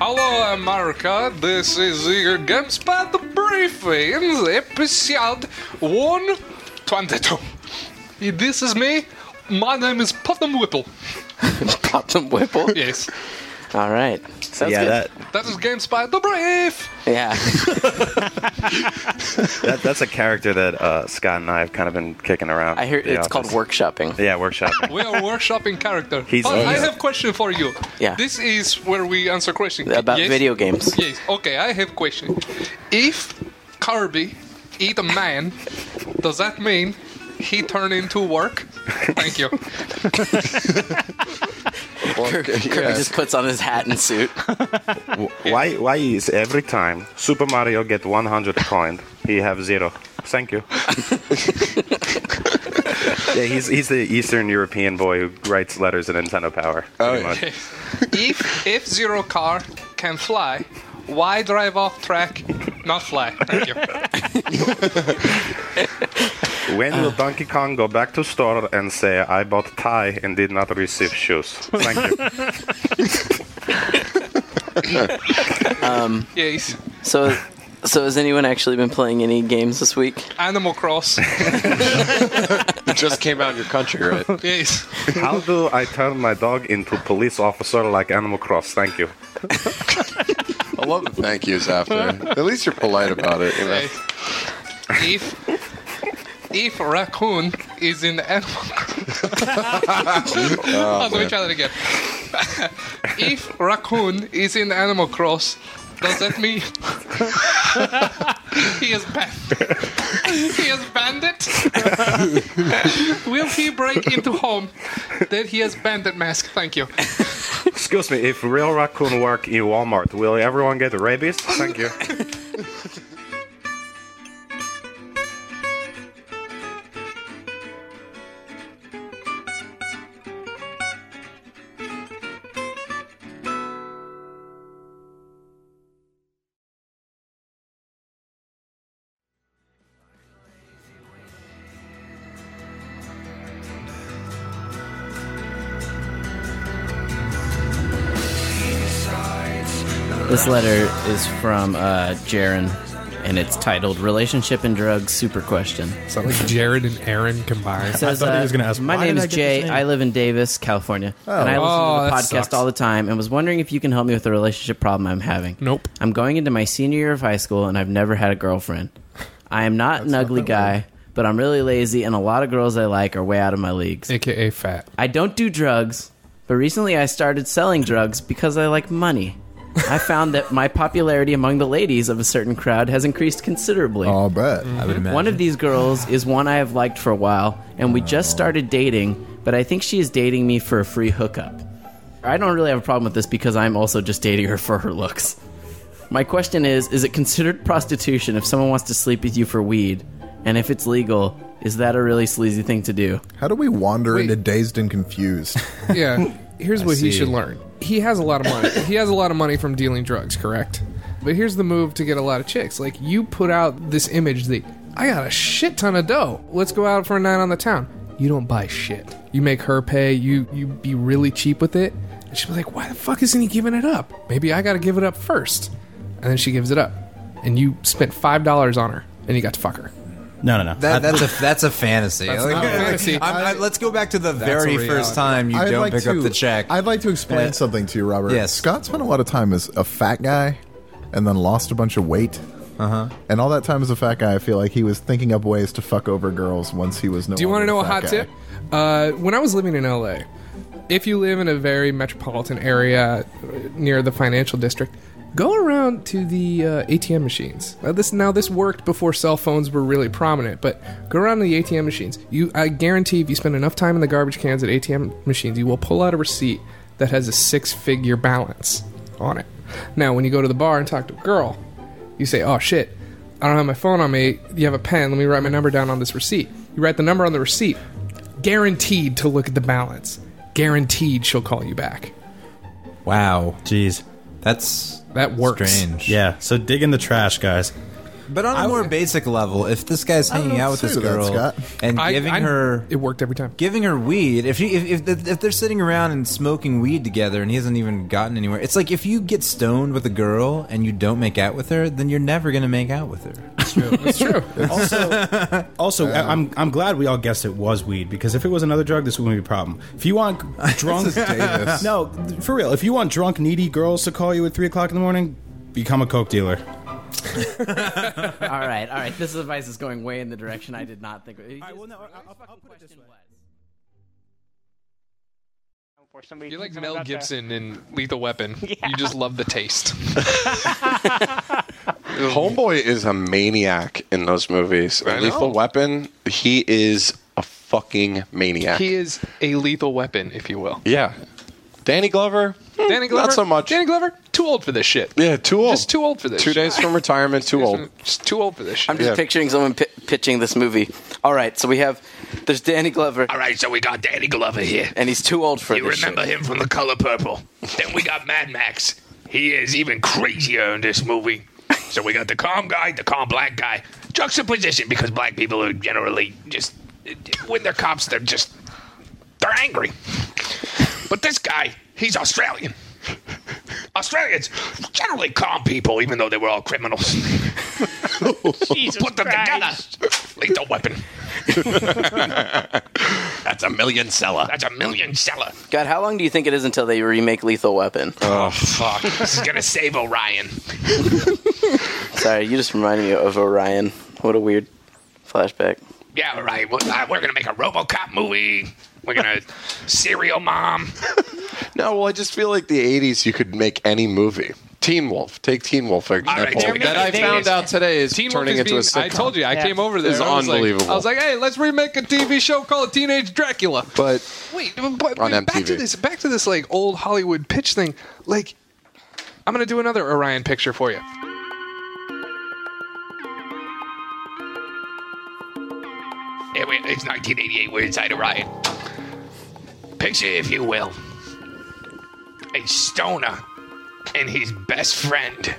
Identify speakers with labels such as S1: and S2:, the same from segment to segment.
S1: Hello, America. This is your GameSpot briefing, episode 122. This is me. My name is Putnam Whipple.
S2: Putnam Whipple.
S1: Yes,
S2: All right. Sounds
S3: yeah,
S2: good.
S3: that,
S1: that is GameSpot the brief.
S2: Yeah.
S3: that that's a character that uh, Scott and I have kind of been kicking around.
S2: I hear
S3: the
S2: it's called
S3: office.
S2: workshopping.
S3: Yeah, workshopping.
S1: We are workshopping character.
S3: He's-
S1: but I
S3: he's-
S1: have question for you.
S2: Yeah.
S1: This is where we answer questions.
S2: About
S1: Yes?
S2: video games.
S1: Yes. Okay, I have question. If Kirby eat a man, does that mean he turn into work? Thank you.
S2: Kirby just puts on his hat and suit.
S3: why why is every time Super Mario get 100 coin, he have zero? Thank you. yeah, he's he's the Eastern European boy who writes letters in Nintendo Power.
S4: Oh,
S3: pretty much.
S1: if F Zero car can fly, why drive off track, not fly? Thank you.
S3: When
S2: Uh.
S3: will Donkey Kong go back to store and say I bought tie and did not receive shoes? Thank you.
S1: Yes.
S2: So, so has anyone actually been playing any games this week?
S1: Animal Cross.
S4: It just came out in your country, right?
S1: Yes.
S3: How do I turn my dog into police officer like Animal Cross? Thank you.
S4: I love the thank yous after. At least you're polite about it. You know?
S1: Yes. If if raccoon is in Animal Oh, Cross, I'll do each other again. if raccoon is in Animal Cross, does that mean he is banned? he is bandit. Will he break into home? Then he has bandit mask. Thank you.
S3: Excuse me, if real raccoon work in Walmart, will everyone get rabies? Thank you.
S5: This letter is from uh, Jaren, and it's titled "Relationship and Drugs Super Question."
S6: Sound like Jared and Aaron combined.
S5: It says,
S6: I thought
S5: uh,
S6: he was going to ask.
S5: My
S6: "Why
S5: name
S6: did
S5: is
S6: I get
S5: Jay.
S6: this name?"
S5: I live in Davis, California, and I listen
S6: Oh,
S5: to the
S6: that
S5: podcast
S6: sucks.
S5: all the time. And was wondering if you can help me with the relationship problem I'm having.
S6: Nope.
S5: I'm going into my senior year of high school, and I've never had a girlfriend. I am not an ugly guy, but I'm really lazy, and a lot of girls I like are way out of my leagues.
S6: AKA Fat.
S5: I don't do drugs, but recently I started selling drugs because I like money. I found that my popularity among the ladies of a certain crowd has increased considerably.
S7: I'll bet. I would imagine.
S5: One of these girls is one I have liked for a while, and we just started dating, but I think she is dating me for a free hookup. I don't really have a problem with this because I'm also just dating her for her looks. My question is Is it considered prostitution if someone wants to sleep with you for weed? And if it's legal, is that a really sleazy thing to do?
S7: How do we wander
S6: Wait.
S7: into dazed and confused?
S6: Yeah. Here's what he
S7: see.
S6: should learn. He has a lot of money. he has a lot of money from dealing drugs, correct? But here's the move to get a lot of chicks. Like you put out this image that I got a shit ton of dough. Let's go out for a night on the town. You don't buy shit. You make her pay. You you be really cheap with it. And she'll be like, "Why the fuck isn't he giving it up? Maybe I got to give it up first. And then she gives it up, and you spent five dollars on her, and you got to fuck her.
S8: No, no, no.
S9: That, that's a that's a fantasy. Like,
S6: not a fantasy.
S9: I'm- I- let's go back to the
S6: a
S9: very
S6: reality.
S9: first time you
S7: I'd
S9: don't
S7: like
S9: pick
S7: to,
S9: up the check.
S7: I'd like to explain something to you, Robert.
S9: Yes.
S7: Scott spent a lot of time as a fat guy and then lost a bunch of weight.
S9: Uh-huh.
S7: Uh huh. And all that time as a fat guy, I feel like he was thinking up ways to fuck over girls once he was no
S6: Do you want to know a
S7: longer
S6: hot
S7: fat guy.
S6: tip? Uh, when I was living in LA, if you live in a very metropolitan area uh, near the financial district, go around to the uh, ATM machines. Now this now this worked before cell phones were really prominent, but go around to the ATM machines. You, I guarantee, if you spend enough time in the garbage cans at ATM machines, you will pull out a receipt that has a six-figure balance on it. Now, when you go to the bar and talk to a girl, you say, "Oh shit, I don't have my phone on me. You have a pen? Let me write my number down on this receipt." You write the number on the receipt. Guaranteed to look at the balance. Guaranteed she'll call you back.
S9: wow,
S8: Jeez.
S9: that's
S6: That works.
S9: strange.
S8: Yeah. So dig in the trash, guys.
S9: But on a more basic level, if this guy's
S7: I don't
S9: hanging
S7: know
S9: out
S7: what
S9: with
S7: to
S9: this
S7: say to that,
S9: girl
S7: Scott.
S9: and
S6: I-
S9: giving
S6: I'm-
S9: her
S6: It worked every time.
S9: giving her weed, if she if, if if they're sitting around and smoking weed together and he hasn't even gotten anywhere, it's like if you get stoned with a girl and you don't make out with her, then you're never gonna make out with her.
S6: That's true.
S10: Also, also, I- I'm I'm glad we all guessed it was weed because if it was another drug, this wouldn't be a problem. If you want drunk,
S7: Davis.
S10: no, for real, if you want drunk, needy girls to call you at three o'clock in the morning, become a coke dealer.
S11: all right, all right. This advice is going way in the direction I did not think. All
S12: Or somebody
S1: You're like
S12: thinks I'm
S1: Mel
S12: about to-
S1: Gibson in Lethal Weapon. You just love the taste.
S4: Homeboy is a maniac in those movies.
S1: I know.
S4: Lethal Weapon, he is a fucking maniac.
S1: he is a lethal weapon, if you will.
S4: yeah. Danny Glover, hmm,
S1: Danny Glover.
S4: not so much.
S1: Danny Glover, too old for this shit.
S4: yeah, too old.
S1: Just too old for this.
S4: Two
S1: shit.
S4: days from retirement, too old.
S1: Just too old for this shit.
S5: I'm just
S4: Yeah.
S5: picturing someone pi pitching this movie. All right, so we have there's Danny Glover,
S13: All right, so we got Danny Glover here.
S5: and he's too old for
S13: You
S5: this.
S13: remember
S5: shit.
S13: him from The Color Purple. Then we got Mad Max. He is even crazier in this movie. So we got the calm guy, the calm black guy. Juxtaposition because black people are generally just when they're cops, they're just they're angry. But this guy, he's Australian. Australians generally calm people, even though they were all criminals.
S12: Jesus
S13: Put them together.
S12: Christ.
S13: Lethal weapon. That's a million seller. That's a million seller.
S5: God, how long do you think it is until they remake Lethal Weapon?
S13: Oh fuck! this is gonna save Orion.
S5: Sorry, you just reminded me of Orion. What a weird flashback.
S13: Yeah, right. We're, uh, we're gonna make a RoboCop movie. We're gonna serial mom.
S4: No, well, I just feel like the 80s, you could make any movie. Teen Wolf. Take Teen Wolf, for
S13: right,
S4: example.
S13: they're
S4: that I
S13: making-
S4: found
S13: they-
S4: out today is
S1: Teen Wolf
S4: turning
S1: is
S4: into
S1: being,
S4: a sitcom.
S1: I told you, I
S12: Yeah.
S1: came over there.
S4: It's
S1: I was like-
S4: unbelievable.
S1: I was like, hey, let's remake a TV show called Teenage Dracula.
S4: But
S1: Wait, but,
S4: On
S1: wait, back to
S4: MTV.
S1: this back to this like old Hollywood pitch thing. Like I'm gonna do another Orion picture for you.
S13: Anyway, it's 1988. We're inside Orion. Picture, if you will, a stoner and his best friend,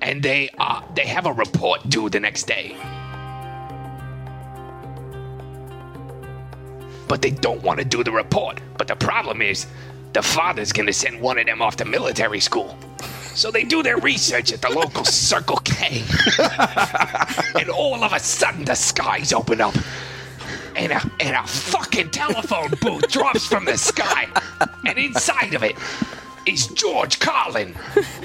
S13: and they are they have a report due the next day. But they don't want to do the report. But the problem is, the father's gonna send one of them off to military school. So they do their research at the local Circle K and all of a sudden the skies open up and a, and a fucking telephone booth drops from the sky and inside of it is george carlin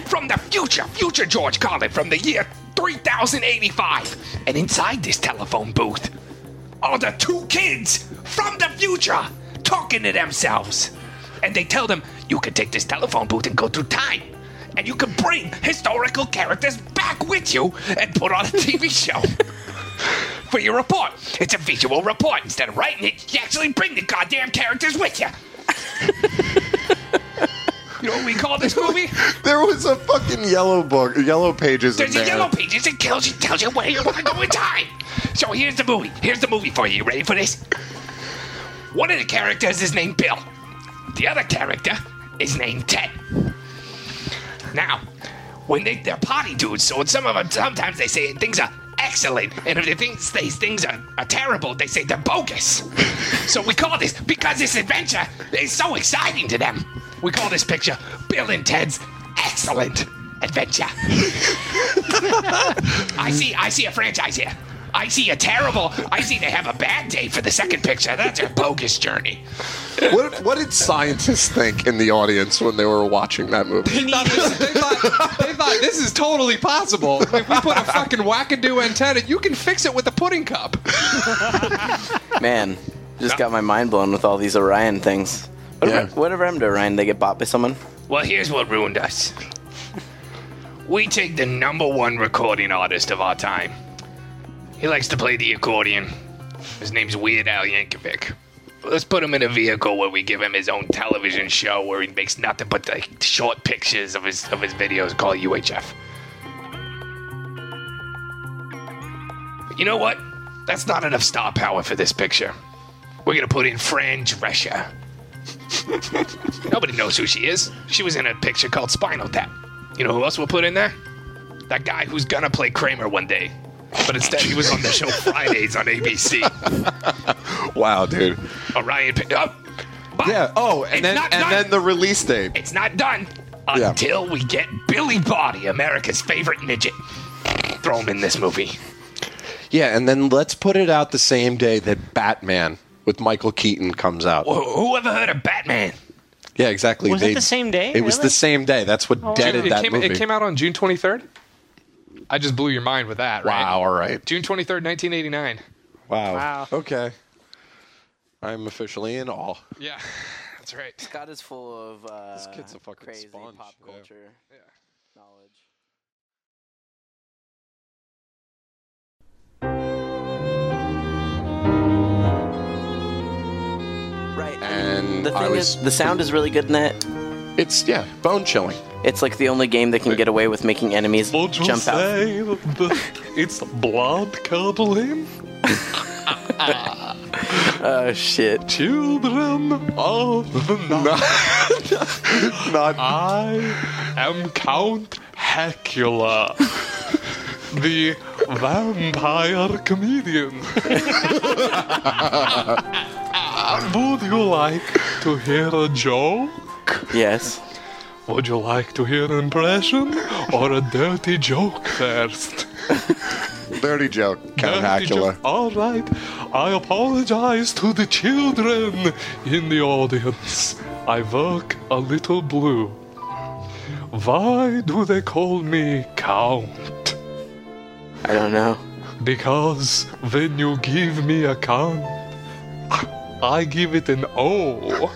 S13: from the future future george carlin from the year 3085 and inside this telephone booth are the two kids from the future talking to themselves. And they tell them, you can take this telephone booth and go through time. And you can bring historical characters back with you and put on a TV show for your report. It's a visual report. Instead of writing it, you actually bring the goddamn characters with you. you know what we call this movie?
S4: there was a fucking yellow book, yellow pages
S13: There's
S4: in
S13: a
S4: there.
S13: yellow pages. It tells you, tells you where you want to go in time. So here's the movie. Here's the movie for you. You ready for this? One of the characters is named Bill. The other character is named Ted. Now, when they, they're party dudes, so some of them, sometimes they say things are excellent, and if they think these things are, are terrible, they say they're bogus. so we call this, because this adventure is so exciting to them, we call this picture Bill and Ted's Excellent Adventure. I see. I see a franchise here. I see a terrible. I see they have a bad day for the second picture. That's a bogus journey.
S4: What, what did scientists think in the audience when they were watching that movie?
S1: They thought, this, they, thought, they thought this is totally possible. If we put a fucking wackadoo antenna, you can fix it with a pudding cup.
S5: Man, just got my mind blown with all these Orion things. Whatever,
S4: Yeah.
S5: whatever happened to Orion? They get bought by someone?
S13: Well, here's what ruined us. We take the number one recording artist of our time. He likes to play the accordion. His name's Weird Al Yankovic. Let's put him in a vehicle where we give him his own television show where he makes nothing but like short pictures of his of his videos called UHF. But you know what? That's not enough star power for this picture. We're gonna put in Fran Drescher. Nobody knows who she is. She was in a picture called Spinal Tap. You know who else we'll put in there? That guy who's gonna play Kramer one day. But instead, he was on the show Fridays on ABC.
S4: Wow, dude.
S13: Orion picked up.
S4: yeah. Oh, and
S13: Oh, it's
S4: then
S13: not
S4: and
S13: done.
S4: then the release date.
S13: It's not done
S4: Yeah.
S13: until we get Billy Body, America's favorite midget. Throw him in this movie.
S4: Yeah, and then let's put it out the same day that Batman with Michael Keaton comes out.
S13: Who- Who ever heard of Batman?
S4: Yeah, exactly.
S13: Was it the same day?
S4: It was
S13: Really? Oh,
S4: the same day. That's what deaded
S1: it
S4: that
S1: came,
S4: movie.
S1: It came out on June 23rd. I just blew your mind with that, right?
S4: Wow, all right.
S1: June 23rd, 1989.
S4: Wow.
S1: Wow.
S4: Okay. I'm officially in awe.
S1: Yeah, that's right.
S5: Scott is full of uh,
S4: this kid's a fucking
S5: crazy
S4: sponge.
S5: pop culture knowledge. Right.
S4: And
S5: the
S4: I
S5: thing
S4: was-
S5: is, the sound is really good in that.
S4: It's yeah, bone chilling.
S5: It's like the only game that can get away with making enemies jump out.
S4: it's blood cobbling.
S5: Oh shit!
S4: Children of the night. Not
S14: I am Count Hecula, the vampire comedian. Would you like to hear a joke?
S5: Yes.
S14: Would you like to hear an impression or a dirty joke first?
S4: Dirty joke, Count
S14: Dirty
S4: Hacula.
S14: joke. All right. I apologize to the children in the audience. I work a little blue. Why do they call me Count?
S5: I don't know.
S14: Because when you give me a count, I give it an O.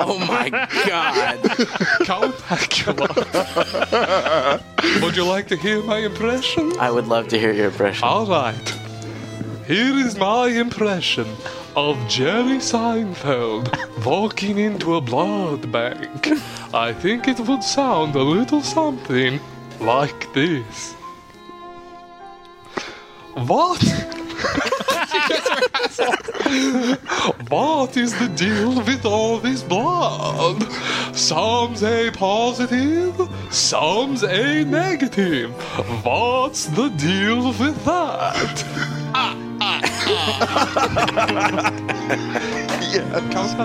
S5: oh my god.
S14: Count Hacula. Would you like to hear my impression?
S5: I would love to hear your impression.
S14: All right. Here is my impression of Jerry Seinfeld walking into a blood bank. I think it would sound a little something like this. What? what is the deal with all this blood? Some say positive, some say negative. What's the deal with that?
S4: yeah, Count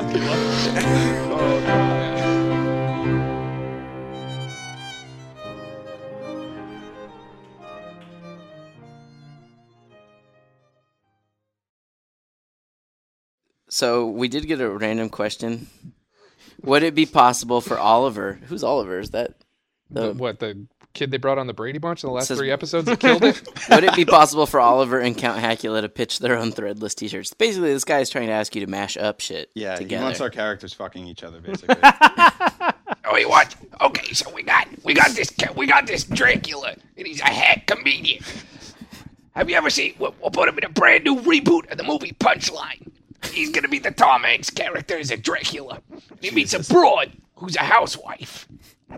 S5: So we did get a random question. Would it be possible for Oliver? Who's Oliver? Is that
S1: The- what the kid they brought on the Brady Bunch in the last
S5: Says-
S1: three episodes that killed it?
S5: Would it be possible for Oliver and Count Hacula to pitch their own threadless T-shirts? Basically, this guy is trying to ask you to mash up shit.
S8: Yeah,
S5: together.
S8: he wants our characters fucking each other, basically.
S13: Oh, he what? Okay, so we got we got this ca- we got this Dracula, and he's a hack comedian. Have you ever seen? We'll, we'll put him in a brand new reboot of the movie Punchline. He's gonna be the Tom Hanks character as a Dracula. He meets a broad who's a housewife.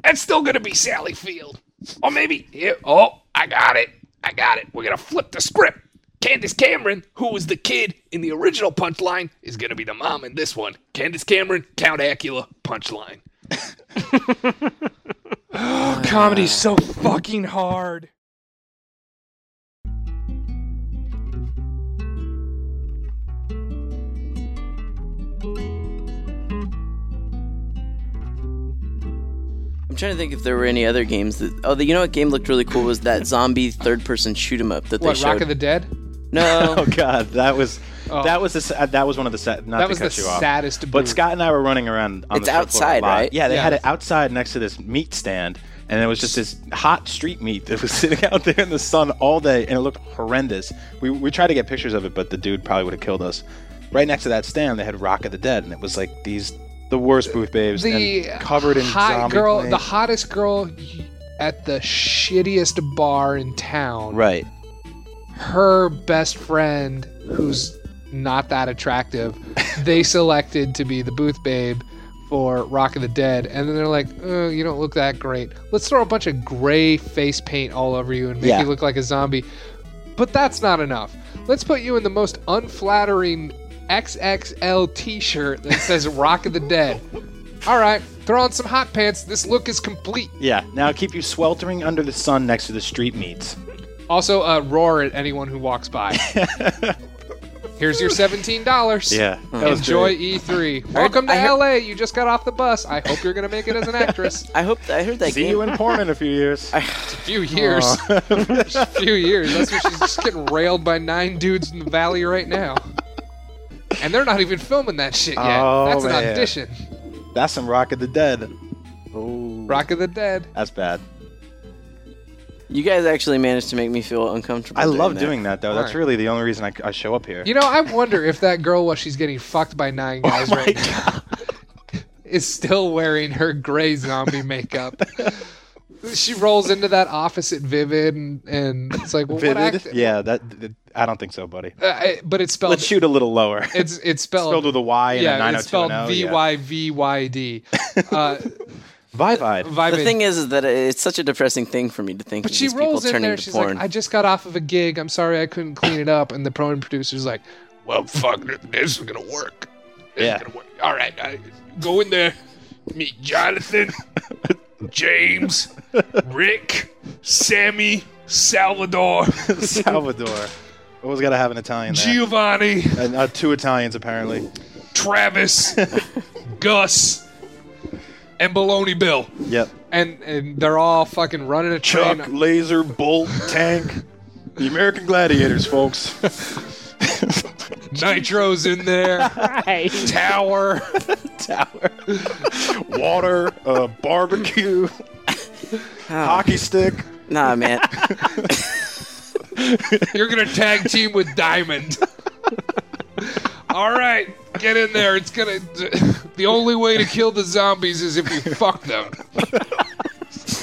S13: That's still gonna be Sally Field, or maybe here. Oh, I got it. I got it. We're gonna flip the script. Candace Cameron, who was the kid in the original Punchline, is gonna be the mom in this one. Candace Cameron, Count Acula, Punchline.
S6: Comedy's so fucking hard.
S5: I'm trying to think if there were any other games that. Oh, the, you know what game looked really cool was that zombie third-person shoot 'em up that
S1: What
S5: they
S1: Rock
S5: showed.
S1: of the Dead?
S5: No.
S8: oh God, that was
S1: Oh.
S8: that was the, sa- that was one of the sad. Not
S1: That
S8: to
S1: was
S8: cut
S1: the
S8: you off,
S1: saddest
S8: But
S1: booth.
S8: Scott and I were running around. On
S5: It's
S8: the shop floor a
S5: outside,
S8: lot.
S5: right?
S8: Yeah, they
S5: Yeah.
S8: had it outside next to this meat stand, and it was just this hot street meat that was sitting out there in the sun all day, and it looked horrendous. We we tried to get pictures of it, but the dude probably would have killed us. Right next to that stand, they had Rock of the Dead, and it was like these the worst booth babes,
S6: The
S8: and covered in
S6: hot
S8: zombie
S6: girl,
S8: flames.
S6: the hottest girl at the shittiest bar in town.
S8: right.
S6: Her best friend, who's not that attractive, they selected to be the booth babe for Rock of the Dead, and then they're like, oh, "You don't look that great. Let's throw a bunch of gray face paint all over you and make
S8: Yeah.
S6: you look like a zombie." But that's not enough. Let's put you in the most unflattering XXL T-shirt that says "Rock of the Dead." All right, throw on some hot pants. This look is complete.
S8: Yeah, now keep you sweltering under the sun next to the street meats.
S6: Also, uh, roar at anyone who walks by. Here's your seventeen dollars.
S8: Yeah, that was
S6: Enjoy
S8: great.
S6: E3.
S8: I heard-
S6: Welcome to
S8: I heard-
S6: LA. You just got off the bus. I hope you're gonna make it as an actress.
S5: I hope I heard that.
S8: See you in porn in a few years.
S6: few years. a few years. That's what she's just getting railed by nine dudes in the valley right now. And they're not even filming that shit yet.
S8: Oh,
S6: That's an
S8: man.
S6: audition.
S8: That's some Rock of the Dead. Oh,
S6: Rock of the Dead.
S8: That's bad.
S5: You guys actually managed to make me feel uncomfortable.
S8: I love
S5: that.
S8: doing that though. That's
S5: Alright.
S8: really the only reason I, I show up here.
S6: You know, I wonder if that girl while she's getting fucked by nine
S8: Oh
S6: guys right now is still wearing her gray zombie makeup. she rolls into that office at Vivid, and, and it's like, well, what act?
S8: Vivid? Yeah, that, th- th- I don't think so, buddy.
S6: Uh, I- but it's spelled.
S8: Let's shoot a little lower.
S6: It's it's spelled,
S8: Spelled with a Y and a
S6: yeah, it's spelled
S8: 90210,
S6: V
S8: yeah.
S6: Y V Y D. Uh,
S8: Vivid.
S5: The thing is, is that it's such a depressing thing for me to think.
S6: But
S5: of
S6: she
S5: these people
S6: rolls in
S5: turning
S6: there.
S5: to
S6: She's
S5: porn.
S6: like, I just got off of a gig. I'm sorry I couldn't clean it up. And the pro and producer's like,
S13: Well, fuck, this is gonna work. This
S6: Yeah.
S13: is gonna work. All right, I, go in there, meet Jonathan, James, Rick, Sammy, Salvador,
S8: Salvador. Always got to have an Italian. There.
S13: Giovanni.
S8: And, uh, two Italians apparently.
S13: Travis, Gus,
S6: and Baloney Bill.
S8: Yep.
S6: And and they're all fucking running a train.
S8: Chuck, laser, bolt, tank. The American Gladiators, folks.
S6: Nitro's in there. Tower.
S8: Tower. Water, uh, barbecue, hockey stick.
S5: Nah, man.
S6: You're gonna tag team with Diamond. All right, get in there. It's gonna. The only way to kill the zombies is if you fuck them.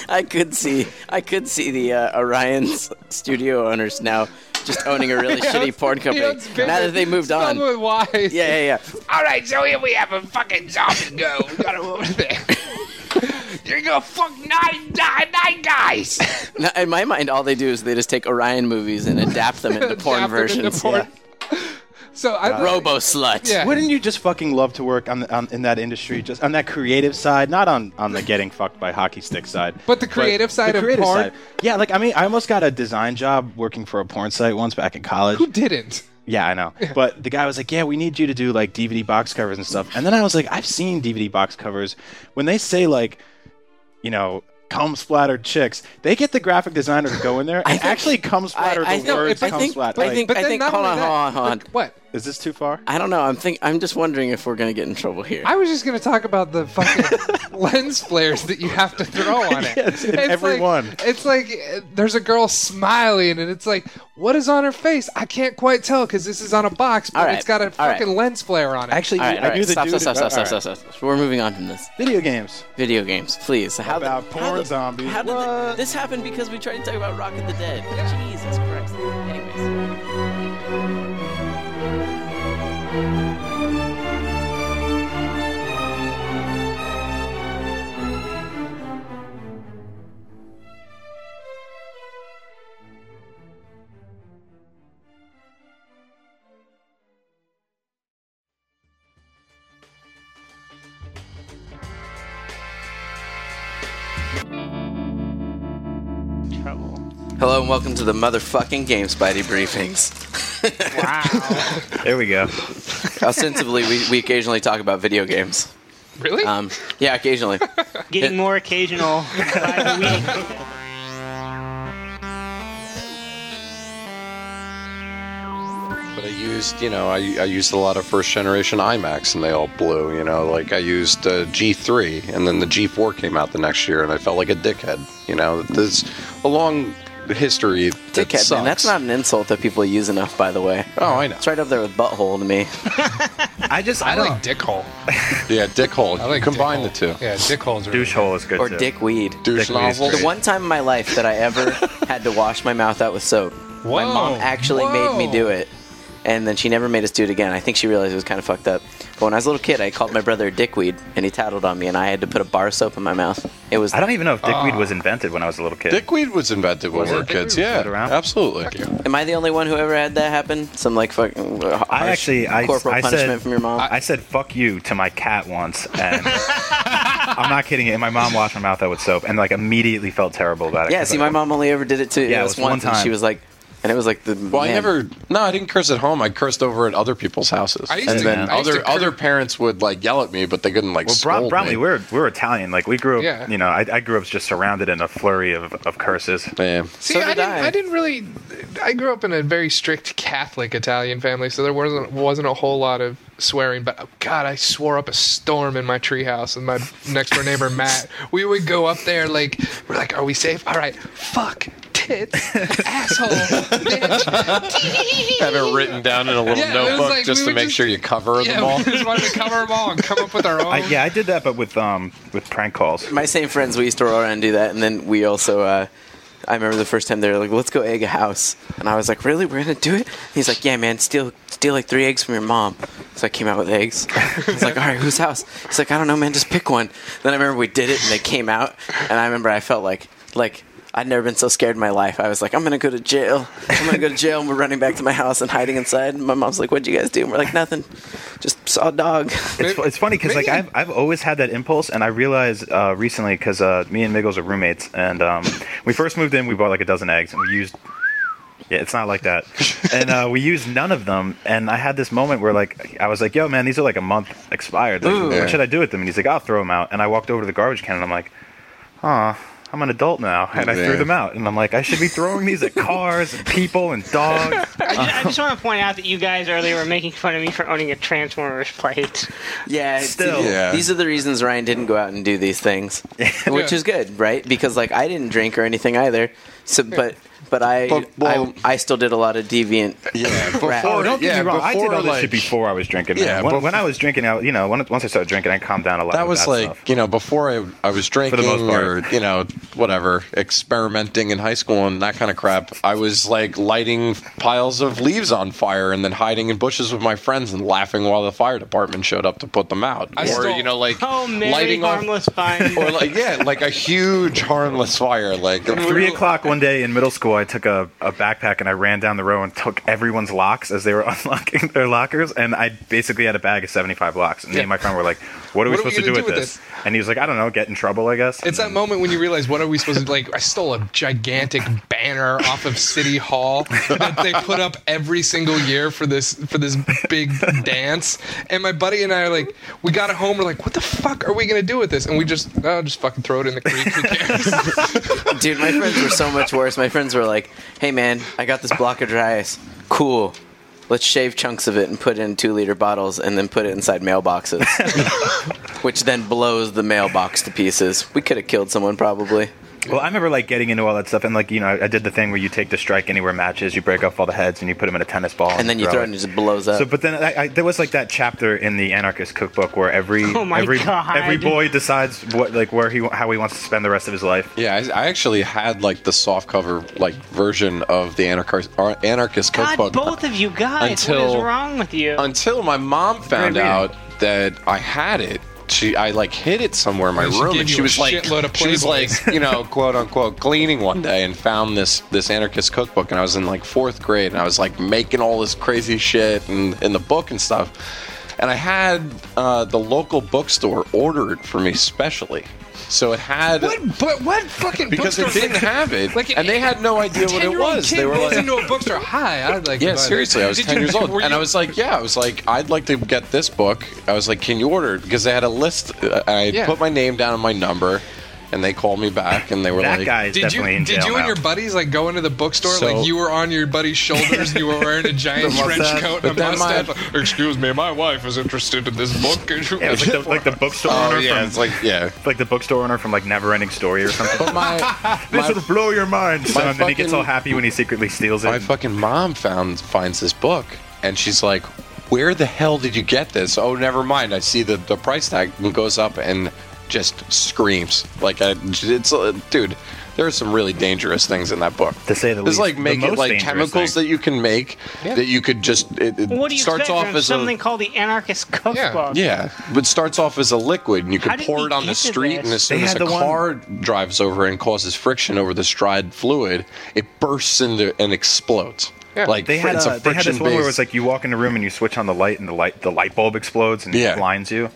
S5: I could see, I could see the uh, Orion's studio owners now just owning a really
S13: Yeah,
S5: shitty porn
S13: yeah,
S5: company.
S13: it's been-
S5: Now that they moved on,
S13: spelled
S6: why? Yeah,
S5: yeah, yeah.
S13: All right, so here we have a fucking zombie go. We got him over there. You're gonna fuck nine, nine, nine guys.
S5: Now, in my mind, all they do is they just take Orion movies and adapt them into
S13: Adapt
S5: porn
S13: them into
S5: versions.
S13: porn.
S6: So I
S5: Robo slut.
S8: Wouldn't you just fucking love to work on, the, on in that industry, just on that creative side, not on, on the getting fucked by hockey stick side,
S6: But the creative side of porn?
S8: Yeah, like I mean, I almost got a design job working for a porn site once back in college.
S6: Who didn't?
S8: Yeah, I know. But the guy was like, "Yeah, we need you to do like DVD box covers and stuff." And then I was like, "I've seen DVD box covers when they say like, you know." Cum splattered chicks. They get the graphic designer to go in there and actually cum splatter
S5: I
S8: the
S5: know,
S8: words
S5: but I
S8: cum
S5: think-
S8: splatter.
S5: I think- But I then think- not hold only on, that, hold on, hold on. like,
S6: what?
S8: Is this too far?
S5: I don't know. I'm think I'm just wondering if we're gonna get in trouble here.
S6: I was just gonna talk about the fucking lens flares that you have to throw on it.
S8: Yes, in every
S6: like,
S8: one.
S6: It's like uh, there's a girl smiling, and it's like, what is on her face? I can't quite tell because this is on a box, but
S5: All right,
S6: it's got a
S5: all right.
S6: fucking lens flare on it.
S8: Actually,
S5: all right, all right.
S8: the
S5: stop,
S8: dude-
S5: stop, stop,
S8: all
S5: stop,
S8: right.
S5: stop, stop, stop. We're moving on from this.
S8: Video games.
S5: Video games, please. How
S8: about porn
S5: how the-
S8: zombies?
S5: How did th- this happened because we tried to talk about Rock of the Dead. Jesus Christ. Anyways.
S12: Trouble.
S5: Hello and welcome to the motherfucking Game Spidey briefings.
S6: Wow.
S8: there we go.
S5: Ostensibly, we, we occasionally talk about video games.
S6: Really?
S5: Um, yeah, occasionally.
S12: Getting more occasional by the week.
S4: But I used, you know, I, I used a lot of first generation IMAX and they all blew, you know. Like I used uh, G3 and then the G4 came out the next year and I felt like a dickhead, you know. There's a long history. that
S5: Dickhead, man. That's
S4: sucks.
S5: not an insult that people use enough, by the way.
S4: Oh, I know.
S5: It's right up there with butthole to me.
S8: I just
S6: I, like dickhole.
S4: Yeah, dickhole.
S5: I like
S4: Combine
S5: dickhole.
S4: the two.
S6: Yeah, dickhole's
S4: Douche hole is good
S5: or
S4: too.
S5: dickweed.
S4: Douche Dickweed's novel.
S5: The
S4: great.
S5: one time in my life that I ever had to wash my mouth out with soap. My
S4: Whoa.
S5: mom actually made me do it. And then she never made us do it again. I think she realized it was kind of fucked up. But when I was a little kid, I called my brother a dickweed, and he tattled on me, and I had to put a bar of soap in my mouth. It was.
S3: I don't even know if dickweed was invented when I was a little kid.
S4: Dickweed was invented when
S5: Was
S4: we were
S5: it?
S4: kids.
S5: Dickweed was
S4: Yeah,
S5: invented around?
S4: absolutely.
S5: Am I the only one who ever had that happen? Some like fucking. uh,
S3: I
S5: harsh
S3: actually, I,
S5: corporal
S3: I
S5: punishment
S3: said,
S5: from your mom.
S3: I, I said "fuck you" to my cat once, and I'm not kidding. you. And my mom washed my mouth out with soap, and like immediately felt terrible about it.
S5: yeah.
S3: 'cause
S5: See,
S3: I-
S5: my mom only ever did it to
S3: Yeah, it
S5: us
S3: was one
S5: once, and she
S3: time.
S5: was like, and it was like the.
S4: Well, I
S5: man.
S4: never. No, I didn't curse at home. I cursed over at other people's houses.
S3: I used
S4: and
S3: to-
S4: then
S3: I used
S4: other
S3: to cur-
S4: other parents would like yell at me, but they couldn't like
S3: Well,
S4: scold
S3: Bro- Bromley,
S4: me.
S3: we're we're Italian. Like we grew up,
S6: Yeah.
S3: you know, I, I grew up just surrounded in a flurry of, of curses.
S4: Yeah.
S6: See, I, didn't, I. didn't really. I grew up in a very strict Catholic Italian family, so there wasn't wasn't a whole lot of swearing. But oh, God, I swore up a storm in my treehouse, and my next door neighbor Matt. We would go up there like we're like, "Are we safe? All right, fuck." Tits, asshole, bitch.
S4: Have it written down in a little
S6: Yeah, it was
S4: notebook
S6: like
S4: just
S6: we
S4: to
S6: would
S4: make
S6: just-
S4: sure you cover
S6: yeah,
S4: them all.
S6: we just wanted to cover them all and come up with our own.
S3: I, yeah, I did that, but with um with prank calls.
S5: My same friends, we used to roll around and do that, and then we also. Uh, I remember the first time they were like, "Let's go egg a house," and I was like, "Really? We're gonna do it?" He's like, "Yeah, man. Steal, steal like three eggs from your mom." So I came out with eggs. I was like, "All right, whose house?" He's like, "I don't know, man. Just pick one." Then I remember we did it, and they came out, and I remember I felt like like. I'd never been so scared in my life. I was like, I'm gonna go to jail. I'm gonna go to jail. And we're running back to my house and hiding inside. And my mom's like, "What'd you guys do?" And we're like, "Nothing. Just saw a dog."
S3: It's, it's funny because like I've, I've always had that impulse, and I realized uh, recently because uh, me and Miggles are roommates, and um, we first moved in, we bought like a dozen eggs, and we used. Yeah, it's not like that, and uh, we used none of them. And I had this moment where like I was like, "Yo, man, these are like a month expired. Like,
S4: Ooh.
S3: what should I do with them?" And he's like, "I'll throw them out." And I walked over to the garbage can, and I'm like, "Huh." I'm an adult now, and I
S4: Yeah.
S3: threw them out. And I'm like, I should be throwing these at cars and people and dogs.
S12: I just want to point out that you guys earlier were making fun of me for owning a Transformers plate.
S5: Yeah, it's- These are the reasons Ryan didn't go out and do these things, which is good, right? Because like I didn't drink or anything either. So, but but I
S3: But, well-
S5: I, I still did a lot of deviant.
S4: Yeah,
S5: crap.
S3: Oh, don't get me wrong. I did all this shit before I was drinking. Man.
S4: Yeah,
S3: when,
S4: before-
S3: when I was drinking, I, you know, when, once I started drinking, I calmed down a lot.
S4: that
S3: with
S4: was like
S3: stuff.
S4: you know before I, I was
S3: the
S4: drinking
S3: most
S4: or you know whatever experimenting in high school and that kind of crap i was like lighting piles of leaves on fire and then hiding in bushes with my friends and laughing while the fire department showed up to put them out
S13: I
S4: or
S13: stole-
S4: you know like
S13: Oh, Mary,
S4: lighting off-
S13: harmless fine.
S4: or like yeah like a huge harmless fire like
S3: Three o'clock one day in middle school, I took a, a backpack and I ran down the row and took everyone's locks as they were unlocking their lockers. And I basically had a bag of 75 locks. And me and my friend were like, What are we
S6: What are we
S3: supposed to do
S6: gonna
S3: with this? And he was like, I don't know, get in trouble, I guess.
S6: It's that moment when you realize what are we supposed to like? I stole a gigantic banner off of City Hall that they put up every single year for this for this big dance. And my buddy and I are like, we got it home. We're like, what the fuck are we gonna do with this? And we just, oh, just fucking throw it in the creek. Who cares?
S5: Dude, my friends were so much worse. My friends were like, "Hey man, I got this block of dry ice. Cool." Let's shave chunks of it and put it in two liter bottles and then put it inside mailboxes, which then blows the mailbox to pieces. We could have killed someone probably.
S3: Well, I remember like getting into all that stuff. And like, you know, I, I did the thing where you take the strike anywhere matches, you break off all the heads, and you put them in a tennis ball.
S5: And then you throw it and it just blows up.
S3: So, but then I, I, there was like that chapter in the anarchist cookbook where every
S5: Oh my
S3: every
S5: God.
S3: every boy decides what like where he how he wants to spend the rest of his life.
S4: yeah, I, I actually had like the soft cover like version of the anarchist anarchist
S12: God,
S4: cookbook.
S12: both of you guys, what
S4: Until-
S12: is wrong with you?
S4: until my mom found
S12: Great reading.
S4: out that I had it. She, I like hid it somewhere in my
S6: And she
S4: room,
S6: gave
S4: and
S6: you
S4: she
S6: a
S4: was like,
S6: shitload of
S4: she was like,
S6: Playboys.
S4: you know, quote unquote, cleaning one day, and found this this anarchist cookbook, and I was in like fourth grade, and I was like making all this crazy shit and in the book and stuff, and I had uh, the local bookstore order it for me specially, so it had
S6: what, but what fucking
S4: because it
S6: bookstore-
S4: didn't have it, and they had no idea what it
S6: 10-year-old
S4: was.
S6: kid
S4: They were
S6: goes
S4: like,
S6: into a bookstore. Hi, I'd like. to
S4: yeah,
S6: buy
S4: seriously,
S6: this."
S4: I was
S6: Did
S4: ten
S6: you-
S4: years old,
S6: were
S4: and
S6: you-
S4: I was like, "Yeah, I was like, I'd like to get this book." I was like, "Can you order?" it? Because they had a list. uh, I
S6: Yeah.
S4: put my name down and my number, and they called me back, and they were like,
S6: did you, did you and your buddies like go into the bookstore
S4: So-
S6: like you were on your buddy's shoulders and you were wearing a giant
S4: The
S6: trench
S4: mustache.
S6: coat
S4: But
S6: and a
S4: then my-
S6: mustache? like, Excuse me, my wife is interested in this book.
S3: Yeah, it was like the, like the bookstore
S4: Oh,
S3: owner
S4: yeah,
S3: from
S4: it's like yeah,
S3: like the bookstore owner from like Never Ending Story or something.
S4: But my,
S3: this will blow your mind, son.
S4: my
S3: and then he gets
S4: fucking-
S3: all happy when he secretly steals it.
S4: My fucking mom found finds this book, and she's like, "Where the hell did you get this?" Oh, never mind. I see the the price tag goes up and just screams like, I, "It's uh, dude." There are some really dangerous things in that book. To
S3: say the least.
S4: There's like
S3: The
S4: make it
S3: most
S4: like
S3: dangerous
S4: chemicals that you can make
S12: Yeah.
S4: that you could just. It, it
S12: What do you
S4: starts
S12: expect
S4: off
S12: from
S4: as
S12: something
S4: a
S12: called the anarchist cuffball?
S4: yeah, but starts off as a liquid, and you
S12: How
S4: can
S12: did
S4: pour
S12: we
S4: it on
S12: get
S4: the
S12: to
S4: street,
S12: this?
S4: and as
S12: They
S4: soon as
S12: had
S4: a
S12: the one-
S4: car drives over and causes friction over the stride fluid, it bursts into and explodes. Like
S3: they
S4: fr-
S3: had,
S4: it's
S3: uh,
S4: a
S3: they had this one where it was
S4: friction-based-
S3: like you walk in the room and you switch on the light and the light the light bulb explodes and
S4: Yeah.
S3: it blinds you.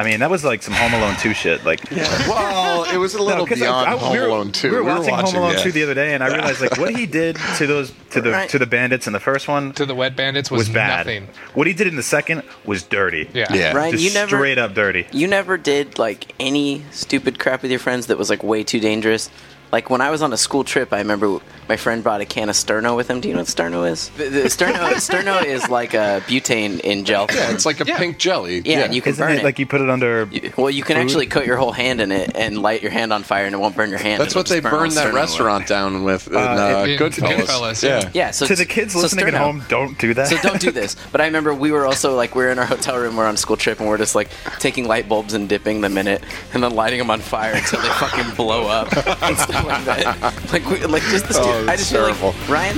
S3: I mean, that was like some Home Alone 2 shit. Like,
S4: well, it was a little
S3: 'cause
S4: beyond Home
S3: we were-
S4: Alone 2.
S3: We were
S4: We were
S3: watching,
S4: watching,
S3: Home Alone
S4: yeah.
S3: 2 the other day, and I
S4: Yeah.
S3: realized like what he did to those to the
S4: Right.
S3: to the bandits in the first one to
S6: the wet bandits
S3: was,
S6: was
S3: bad.
S6: nothing.
S3: What he did in the second was dirty.
S6: Yeah,
S5: Ryan,
S3: Just
S5: you never
S3: straight up dirty.
S5: You never did like any stupid crap with your friends that was like way too dangerous. Like when I was on a school trip, I remember my friend brought a can of Sterno with him. Do you know what Sterno is? The, the Sterno, Sterno is like a butane in gel.
S4: Yeah, it's like a pink jelly.
S5: Yeah, and you can
S3: Isn't
S5: burn
S3: it,
S5: it.
S3: like you put it under.
S5: well, you can
S3: food?
S5: actually coat your whole hand in it and light your hand on fire, and it won't burn your hand.
S4: That's
S5: It'll
S4: what they
S5: just burn all
S4: burned
S5: the
S4: that
S5: Sterno
S4: restaurant down with in uh,
S5: it- in
S4: Goodfellas.
S5: Goodfellas, yeah. Yeah, so
S3: to
S5: it's-
S3: the kids
S5: so
S3: listening at
S5: Sterno.
S3: home, don't do that.
S5: So don't do this. But I remember we were also like we were in our hotel room, we're on a school trip, and we're just like taking light bulbs and dipping them in it, and then lighting them on fire until they fucking blow up. and stuff like that. Like, we, like just the stu-
S4: Oh,
S5: I
S4: that's
S5: just feel
S4: terrible.
S5: like Ryan,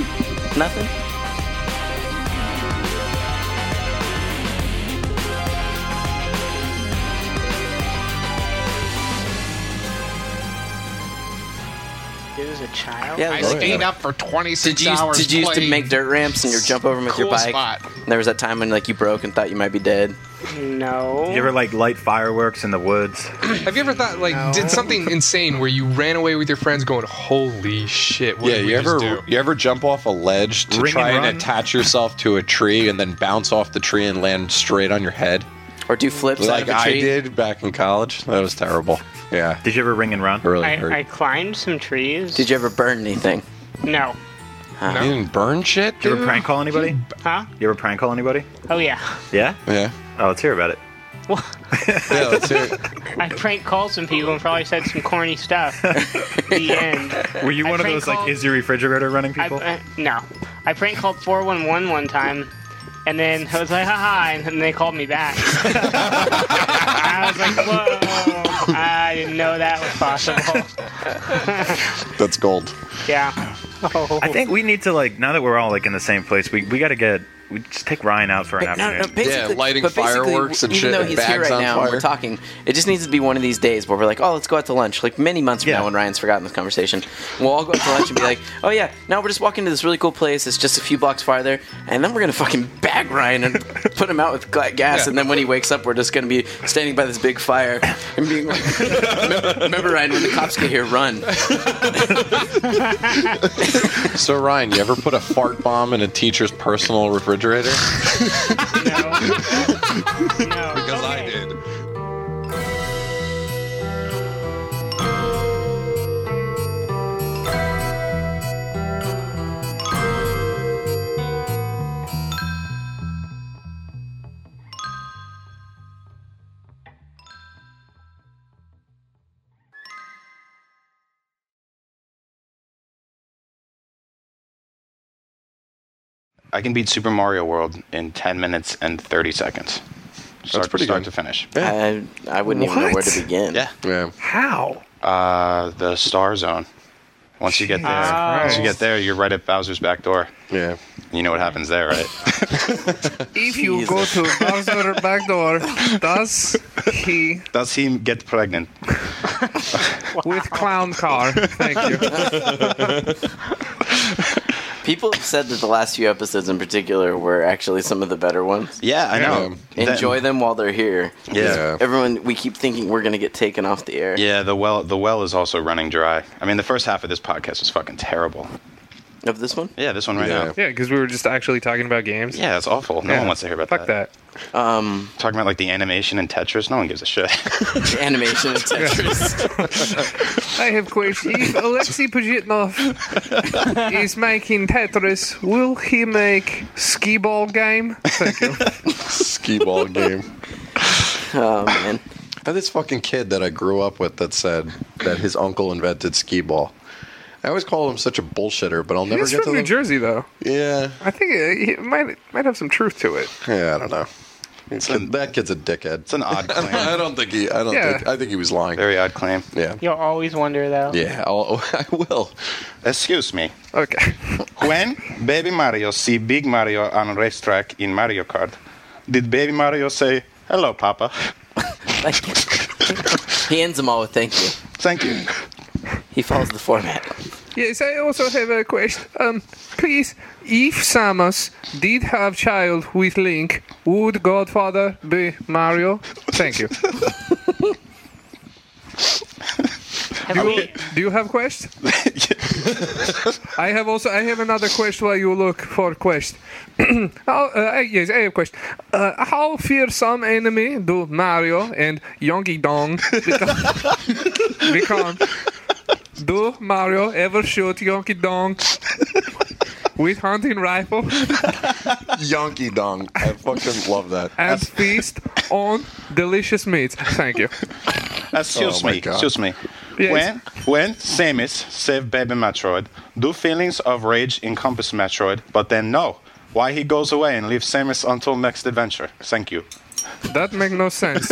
S5: nothing.
S12: Dude, as a child.
S5: Oh, Yeah,
S1: I
S5: like-
S1: stayed up for 26
S5: Did you
S1: hours.
S5: did you used to
S1: playing.
S5: make dirt ramps and you jump over them with your
S1: Cool
S5: bike?
S1: spot.
S5: And There was that time when like you broke and thought you might be dead.
S12: No.
S3: You ever like light fireworks in the woods?
S6: Have you ever thought like did something insane where you ran away with your friends going, "Holy shit!" What
S4: yeah,
S6: did we
S4: you
S6: just
S4: ever
S6: do?
S4: you ever jump off a ledge to
S6: Ring
S4: try
S6: and
S4: and,
S6: run?
S4: attach yourself to a tree and then bounce off the tree and land straight on your head?
S5: Or do flips out
S4: like
S5: of a tree?
S4: I did back in college. That was terrible. Yeah.
S3: Did you ever ring and run?
S4: Really hurt.
S12: I, I climbed some trees.
S5: Did you ever burn anything?
S12: No.
S4: You didn't burn shit.
S3: Did you ever
S4: dude?
S3: prank call anybody?
S12: Huh?
S3: You ever prank call anybody?
S12: Oh yeah.
S3: Yeah.
S4: Yeah.
S3: Oh, let's hear about it.
S4: yeah, let's hear it.
S12: I prank called some people and probably said some corny stuff. the end.
S3: Were you
S12: I
S3: one of
S12: prank
S3: those
S12: called-
S3: like, is your refrigerator running
S12: I,
S3: people?
S12: uh, no. I prank called 411 one time, and then I was like, haha, and then they called me back. I was like, whoa, I didn't know that was possible.
S4: That's gold.
S12: yeah. Oh.
S3: I think we need to like now that we're all like in the same place, we we got to get we just take Ryan out for an
S5: But no,
S3: afternoon.
S5: no, uh, basically, but basically, even Even though he's here right now, and we're talking. It just needs to be one of these days where we're like, oh, let's go out to lunch. Like many months from now, when Ryan's forgotten this conversation, we'll all go out to lunch and be like, oh yeah, now we're just walking to this really cool place. It's just a few blocks farther, and then we're gonna fucking bag Ryan and put him out with gla- gas,
S1: Yeah.
S5: and then when he wakes up, we're just gonna be standing by this big fire and being like, remember, remember Ryan, when the cops get here, run.
S4: So Ryan, you ever put a fart bomb in a teacher's personal refrigerator?
S12: Because I
S4: did.
S8: I can beat Super Mario World in 10 minutes and 30 seconds. Start,
S4: pretty
S8: start
S4: good.
S8: to finish.
S5: I, I wouldn't even know where to
S8: What?
S5: begin.
S8: Yeah.
S4: Yeah.
S3: How?
S8: Uh, the Star Zone. Once you
S12: Oh.
S8: get there,
S5: Jesus
S8: once
S5: Christ.
S8: you get there, you're right at Bowser's back door.
S4: Yeah.
S8: You know what happens there, right?
S15: If you go to Bowser backdoor, does he
S8: Does he get pregnant?
S15: with clown car? Thank you.
S5: People have said that the last few episodes in particular were actually some of the better ones.
S8: Yeah, I know. Yeah.
S5: Enjoy them while they're here.
S8: Yeah.
S5: Everyone, we keep thinking we're going to get taken off the air.
S8: Yeah, the well the well is also running dry. I mean, the first half of this podcast was fucking terrible.
S5: Of this one?
S8: Yeah, this one right now.
S6: Yeah, because we were just actually talking about games.
S8: Yeah, that's awful. No
S6: Yeah.
S8: one wants to hear about
S3: Uh,
S6: Fuck
S8: that.
S5: that. Um,
S8: Talking about like the animation and Tetris, no one gives a shit.
S5: Animation and Tetris.
S6: I have questions. Alexei Pajitnov
S15: He's making Tetris. Will he make skee ball game? Thank you.
S4: Ski ball game.
S5: Oh man.
S4: I had this fucking kid that I grew up with that said that his uncle invented skee ball. I always call him such a bullshitter, but I'll never
S6: He's
S4: get
S6: from
S4: to
S6: New
S4: the-
S6: Jersey, though.
S4: Yeah.
S6: I think it, it might might have some truth to it.
S4: Yeah, I don't know. It's an- that kid's a dickhead. It's an odd
S13: claim.
S4: I don't think he. I don't
S13: Yeah.
S4: think. I think he was lying. Very odd claim. Yeah.
S13: You'll always wonder though.
S4: Yeah. I'll, I will.
S8: Excuse me. Okay. when Baby Mario see Big Mario on racetrack in Mario Kart, did Baby Mario say, "Hello, Papa"?
S5: he ends them all with thank you.
S8: Thank you.
S5: He follows the format.
S6: Yes, I also have a question. Um, please, if Samus did have child with Link, would Godfather be Mario? Thank you. do, you do you have quest? I have also. I have another quest while you look for quest. how, uh, yes, I have quest. Uh, how fearsome enemy do Mario and Yonky Dong become? become? Do Mario ever shoot Yonky Dong with hunting rifle
S4: Yonky dong. I fucking love that.
S6: and feast on delicious meats? Thank you.
S8: Excuse
S4: Oh my
S8: me.
S4: God.
S8: Excuse me.
S6: Yes.
S8: When when Samus saved Baby Metroid, do feelings of rage encompass Metroid? But then no. Why he goes away and leaves Samus until next adventure? Thank you.
S6: That makes no sense.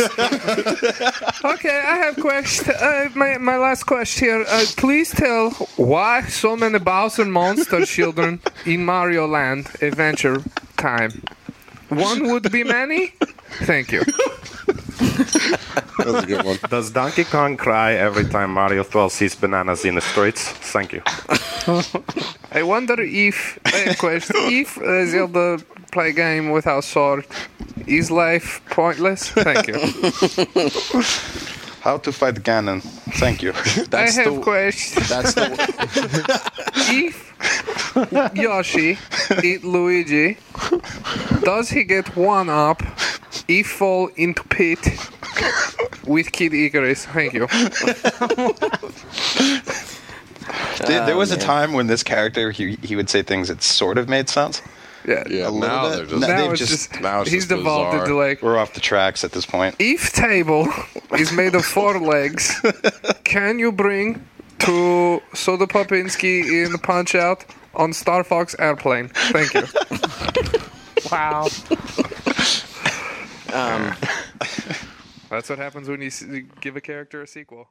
S6: okay, I have quest. Uh, my my last question here. Uh, please tell why so many Bowser monster children in Mario Land Adventure Time. One would be many. Thank you.
S4: That's a good one.
S3: Does Donkey Kong cry every time Mario throws his bananas in the streets? Thank you.
S6: I wonder if uh, quest if uh, Zelda play game without sword is life pointless. Thank you.
S8: How to fight Ganon? Thank you.
S6: I have questions.
S8: that's the
S6: if Yoshi eat Luigi, does he get one up if fall into pit with Kid Icarus? Thank you.
S8: There, there
S6: Oh,
S8: was a
S6: man.
S8: time when this character he, he would say things that sort of made sense.
S6: Yeah,
S4: Yeah,
S8: a little
S4: now
S8: bit.
S4: they're just-
S8: No,
S4: Now
S8: they've
S4: it's just- now it's
S6: he's
S4: just
S6: devolved
S4: bizarre.
S6: into like
S8: we're off the tracks at this point.
S6: if table is made of four legs, can you bring to Soda Popinski in Punch Out on Star Fox Airplane? Thank you. wow.
S5: Um,
S6: That's what happens when you s- give a character a sequel.